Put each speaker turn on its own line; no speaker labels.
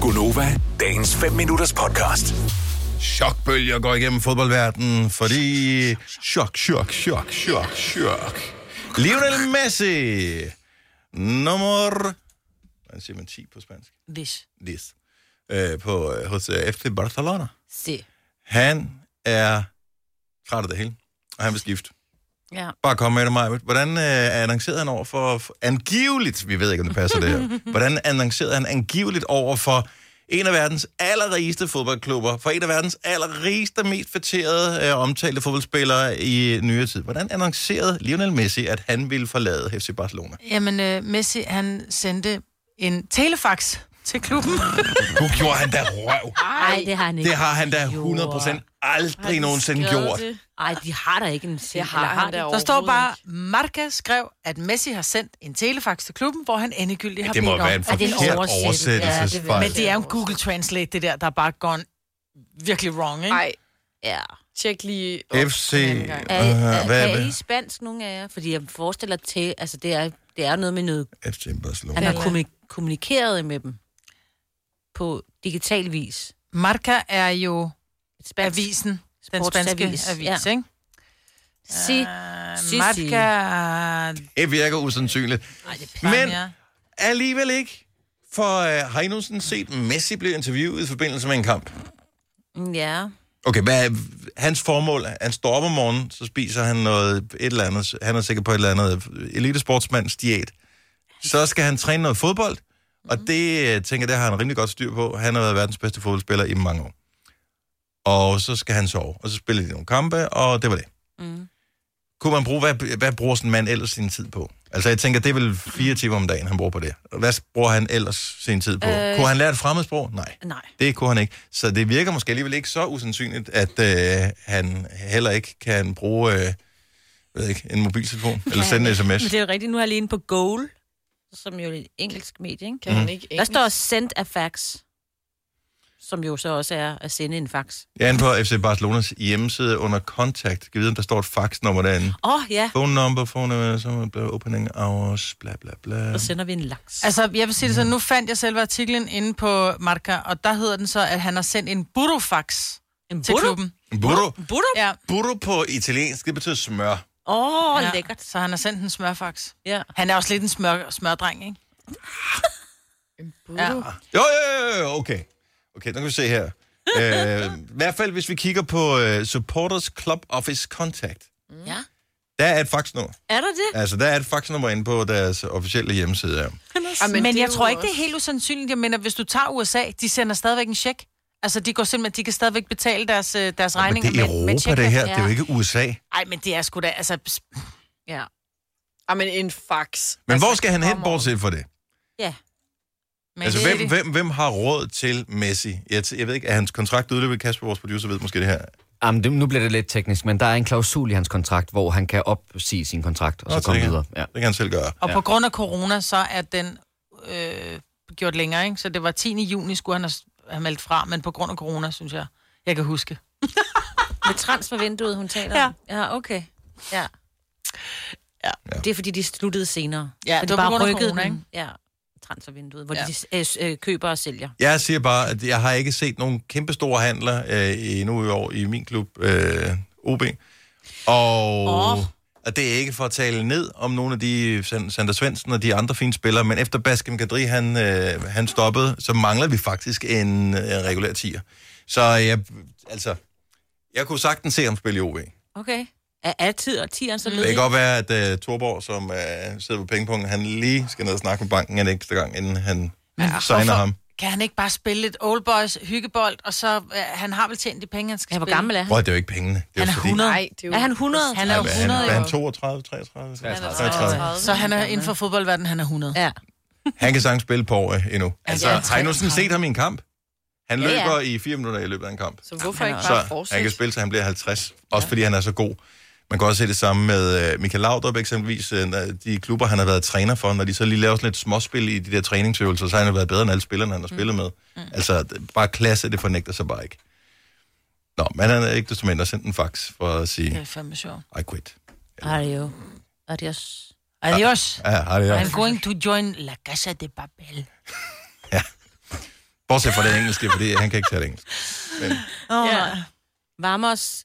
Gunova, dagens 5 minutters podcast.
chokbølger går igennem fodboldverdenen, fordi... Chok, chok, chok, chok, chok. Lionel Messi. Nummer... Hvordan siger man 10 på spansk?
Hvis.
10. Øh, på, øh, hos øh, FC Barcelona.
Se.
Han er træt af det hele, og han vil skifte.
Ja.
Bare kom med det, Maja. Hvordan øh, annoncerede han over for, for... Angiveligt, vi ved ikke, om det passer det her. Hvordan annoncerede han angiveligt over for en af verdens allerrigeste fodboldklubber, for en af verdens allerrigeste, mest fætterede øh, omtalte fodboldspillere i nyere tid. Hvordan annoncerede Lionel Messi, at han ville forlade FC Barcelona?
Jamen, øh, Messi, han sendte en telefax til klubben.
Nu gjorde han da røv.
Nej, det har han ikke.
Det har han da 100% aldrig nogensinde gjort.
Nej, de har da ikke en selv.
Det har
eller
han
de?
da
Der står bare, Marca skrev, at Messi har sendt en telefax til klubben, hvor han endegyldigt har
Det må
bedt om.
være en
Er det en
forkert
oversættelse?
oversættelsesfejl.
Ja,
Men det er jo en Google Translate, det der, der er bare gone virkelig wrong, ikke?
Nej,
Ja.
tjek lige... op
FC...
en anden gang.
Er, er,
Uh, hvad er
kan I
det?
spansk, nogen af jer? Fordi jeg forestiller til, altså det er, det er noget med noget.
FC Barcelona.
Han har kommuni- kommunikeret med dem på digital vis.
Marca er jo
Et
avisen, den spanske
Sportsavis,
avis, avis ikke? Øh,
Si, si, si.
Marca...
Det virker usandsynligt.
Ej, det er
Men
Ja.
alligevel ikke. For øh, har I nogensinde set Messi blive interviewet i forbindelse med en kamp?
pænt. Mm, Ja.
Okay, hvad er hans formål? Han står op om morgenen, så spiser han noget, et eller andet. Han er sikker på et eller andet øh, elitesportsmands diæt. Så skal han træne noget fodbold, og det, øh, tænker jeg, det har han rimelig godt styr på. Han har været verdens bedste fodboldspiller i mange år. Og så skal han sove, og så spiller de nogle kampe, og det var det.
Mm.
Kunne man bruge, hvad, hvad bruger sådan en mand ellers sin tid på? Altså, jeg tænker, det er vel fire timer om dagen, han bruger på det. Hvad bruger han ellers sin tid på? Øh...
Øh.
Kunne han lære et fremmedsprog? Nej.
Nej.
Det kunne han ikke. Så det virker måske alligevel ikke så usandsynligt, at øh, han heller ikke kan bruge øh, ved ikke, en mobiltelefon eller sende en sms.
Men det er jo rigtigt, nu er jeg lige inde på Goal, som jo er et engelsk medie, ikke?
Mm.
Kan han ikke
Der
engelsk?
står sendt af fax, som jo så også er at sende en fax.
Jeg er inde på FC Barcelonas hjemmeside under kontakt. Kan vide, om der står et faxnummer derinde.
Åh, oh, ja.
Phone number, phone number, så er opening hours, bla bla bla.
Så sender vi en laks.
Altså, jeg vil sige det sådan, nu fandt jeg selve artiklen inde på Marca, og der hedder den så, at han har sendt en burofax
en
til klubben.
Burro.
Butter?
Ja.
Burro på italiensk, det betyder smør.
Åh, oh,
ja.
ja. lækkert.
Så han har sendt en smørfax.
Ja.
Han er også lidt en smør, smørdreng, ikke?
Ja.
Jo, jo, jo, jo, okay. Okay, nu kan vi se her. Øh, I hvert fald, hvis vi kigger på uh, Supporters Club Office Contact.
ja.
Der er et faxnummer.
Er der det?
Altså, der er et faxnummer inde på deres officielle hjemmeside. Ja.
Men, men
det er
jeg
jo
tror ikke, det er
også-
helt usandsynligt. Jeg mener, hvis du tager USA, de sender stadigvæk en check. Altså, de går simpelthen, de kan stadigvæk betale deres, øh, deres
Men
regninger
det er Europa, det her. Det er jo
Ja.
ikke USA.
Nej, men det er sgu da, altså... pss,
Ja.
Ej, men en fax. Altså,
Men hvor skal han hen
come on.
bortset for det?
Ja.
Men
Altså,
det er
hvem,
det.
hvem, hvem har råd til Messi? Jeg, t- jeg ved ikke, er hans kontrakt udløbet? Kasper, vores producer, ved måske det her.
Jamen, det, nu bliver det lidt teknisk, men der er en klausul i hans kontrakt, hvor han kan opsige sin kontrakt og
Nå,
så komme
tænker jeg.
videre. Ja.
Det kan han selv gøre.
Og på grund af corona, så er den øh, gjort længere, ikke? Så det var 10. juni, skulle han have s- have meldt fra, men på grund af corona, synes jeg, jeg kan huske.
Med transfervinduet, hun taler
Ja.
om. Ja, okay. Ja.
Ja.
Det er, fordi de sluttede senere.
Ja,
Så
det
de
var på grund af corona,
den. Ja, transfervinduet, hvor
Ja.
ja. de øh, s- øh, køber og sælger.
Jeg siger bare, at jeg har ikke set nogen kæmpe store handler øh, endnu i år i min klub, øh, OB. Og,
Åh.
og det er ikke for at tale ned om nogle af de San- Sander Svendsen og de andre fine spillere, men efter Baskem Kadri, han, øh, han stoppede, så mangler vi faktisk en, øh, en regulær tier. Så jeg, altså, jeg kunne sagtens se ham spille i OB. Det
Okay. Er, er tid og tieren så
kan
ledig?
Mhm.
godt være, at øh, Thorborg, som øh, sidder på pengepunkten, han lige skal ned og snakke med banken en ekstra gang, inden han ja, signer
hvorfor?
ham.
Kan han ikke bare spille lidt old boys, hyggebold, og så... Øh, han har vel tjent de penge, han skal
Ja, hvor
spille.
gammel er han?
Prøv, at det er jo ikke pengene. Det er,
Han
jo
er
fordi-
100.
Nej, det er jo...
Er han 100?
Han er jo
Hvad er han,
100
hvad er han
jo.
32, 33? 33.
33.
Så han er inden for fodboldverdenen, han er 100.
Ja.
Han kan sagtens spille på år endnu. Altså,
ja,
har I nu sådan set ham i en kamp? Han
Ja, ja.
løber i fire minutter i løbet af en kamp.
Så hvorfor ikke bare
Så han kan
fortsætte?
spille, til han bliver 50. Også fordi han er så god. Man kan også se det samme med øh, Michael Laudrup eksempelvis. øh, når De klubber, han har været træner for, når de så lige laver sådan lidt småspil i de der træningsøvelser, så har han jo været bedre end alle spillerne, han har spillet med. Altså, det- bare klasse, det fornægter sig bare ikke. Nå, men han er ikke desto mindre sendt en fax for at
Det
sige,
er fandme sjovt.
I quit.
Adio. Adios.
Adios.
Ja, har det er.
I'm going to join La Casa de Papel.
Bortset fra det engelske, fordi han kan ikke tale engelsk.
Oh, ja.
Vamos.